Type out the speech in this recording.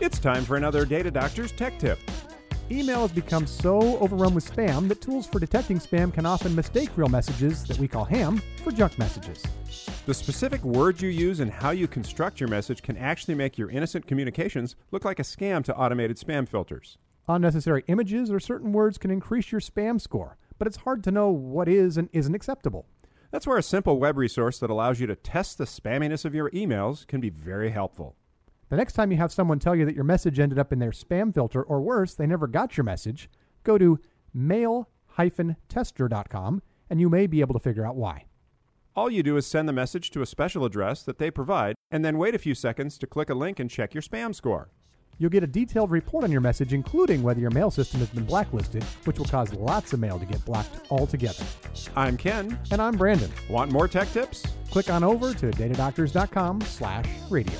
It's time for another Data Doctor's Tech Tip. Email has become so overrun with spam that tools for detecting spam can often mistake real messages that we call ham for junk messages. The specific words you use and how you construct your message can actually make your innocent communications look like a scam to automated spam filters. Unnecessary images or certain words can increase your spam score, but it's hard to know what is and isn't acceptable. That's where a simple web resource that allows you to test the spamminess of your emails can be very helpful. The next time you have someone tell you that your message ended up in their spam filter, or worse, they never got your message, go to mail-tester.com and you may be able to figure out why. All you do is send the message to a special address that they provide and then wait a few seconds to click a link and check your spam score. You'll get a detailed report on your message, including whether your mail system has been blacklisted, which will cause lots of mail to get blocked altogether. I'm Ken. And I'm Brandon. Want more tech tips? Click on over to datadoctors.com slash radio.